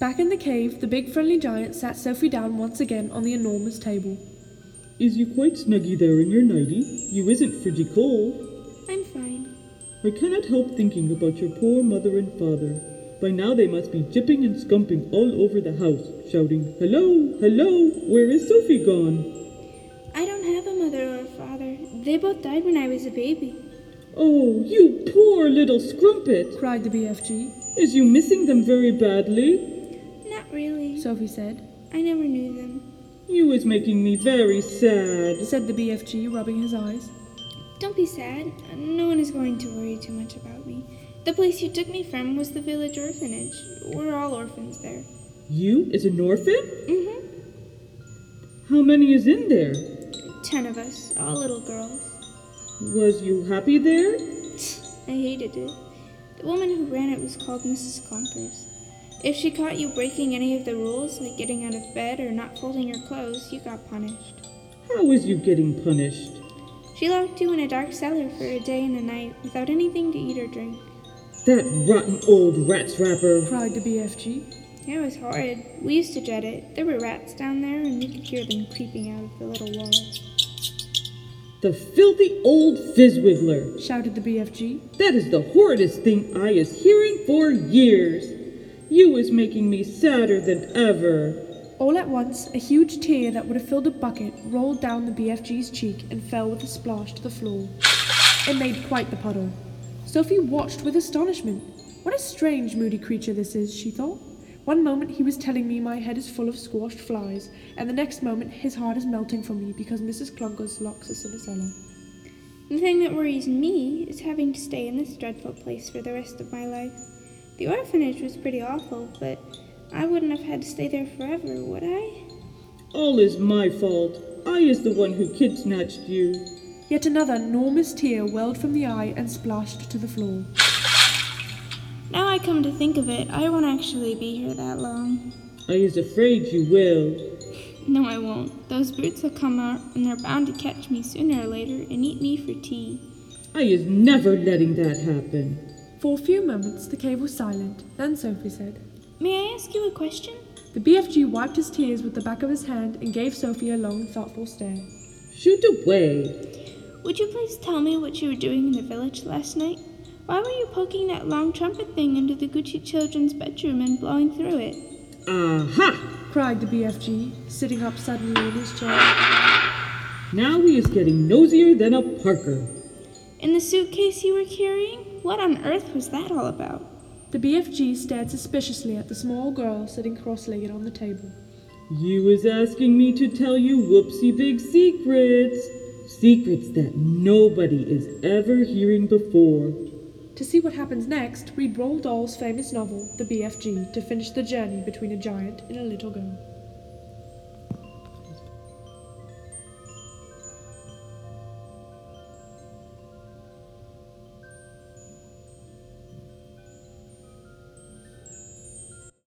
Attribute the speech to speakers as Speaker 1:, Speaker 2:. Speaker 1: Back in the cave, the big friendly giant sat Sophie down once again on the enormous table.
Speaker 2: Is you quite snuggy there in your nightie? You isn't fridgy cold.
Speaker 3: I'm fine.
Speaker 2: I cannot help thinking about your poor mother and father. By now they must be jipping and scumping all over the house, shouting, Hello, hello, where is Sophie gone?
Speaker 3: I don't have a mother or a father. They both died when I was a baby.
Speaker 2: Oh, you poor little scrumpet!
Speaker 1: Cried the BFG,
Speaker 2: Is you missing them very badly?
Speaker 3: Not really.
Speaker 1: Sophie said.
Speaker 3: I never knew them.
Speaker 2: You is making me very sad.
Speaker 1: Said the BFG, rubbing his eyes.
Speaker 3: Don't be sad. No one is going to worry too much about me. The place you took me from was the village orphanage. We're all orphans there.
Speaker 2: You is an orphan?
Speaker 3: Mm-hmm.
Speaker 2: How many is in there?
Speaker 3: Ten of us, all little girls.
Speaker 2: Was you happy there?
Speaker 3: I hated it. The woman who ran it was called Mrs. Clunkers. If she caught you breaking any of the rules, like getting out of bed or not folding your clothes, you got punished.
Speaker 2: How is you getting punished?
Speaker 3: She locked you in a dark cellar for a day and a night without anything to eat or drink.
Speaker 2: That rotten old rat's wrapper.
Speaker 1: Cried the BFG.
Speaker 3: It was horrid. We used to dread it. There were rats down there, and we could hear them creeping out of the little walls.
Speaker 2: The filthy old fizzwiggler.
Speaker 1: Shouted the BFG.
Speaker 2: That is the horridest thing I is hearing for years. You is making me sadder than ever.
Speaker 1: All at once, a huge tear that would have filled a bucket rolled down the BFG's cheek and fell with a splash to the floor. It made quite the puddle. Sophie watched with astonishment. What a strange, moody creature this is, she thought. One moment he was telling me my head is full of squashed flies, and the next moment his heart is melting for me because Mrs. Clunkers locks us in a cellar.
Speaker 3: The thing that worries me is having to stay in this dreadful place for the rest of my life. The orphanage was pretty awful, but I wouldn't have had to stay there forever, would I?
Speaker 2: All is my fault. I is the one who kid snatched you.
Speaker 1: Yet another enormous tear welled from the eye and splashed to the floor.
Speaker 3: Now I come to think of it, I won't actually be here that long.
Speaker 2: I is afraid you will.
Speaker 3: No, I won't. Those brutes will come out, and they're bound to catch me sooner or later and eat me for tea.
Speaker 2: I is never letting that happen.
Speaker 1: For a few moments the cave was silent, then Sophie said,
Speaker 3: May I ask you a question?
Speaker 1: The BFG wiped his tears with the back of his hand and gave Sophie a long, thoughtful stare.
Speaker 2: Shoot away.
Speaker 3: Would you please tell me what you were doing in the village last night? Why were you poking that long trumpet thing under the Gucci children's bedroom and blowing through it?
Speaker 2: Aha!
Speaker 1: cried the BFG, sitting up suddenly in his chair.
Speaker 2: Now he is getting nosier than a Parker.
Speaker 3: In the suitcase you were carrying? What on earth was that all about?
Speaker 1: The BFG stared suspiciously at the small girl sitting cross legged on the table.
Speaker 2: You is asking me to tell you whoopsie big secrets. Secrets that nobody is ever hearing before.
Speaker 1: To see what happens next, read Roald Dahl's famous novel, The BFG, to finish the journey between a giant and a little girl.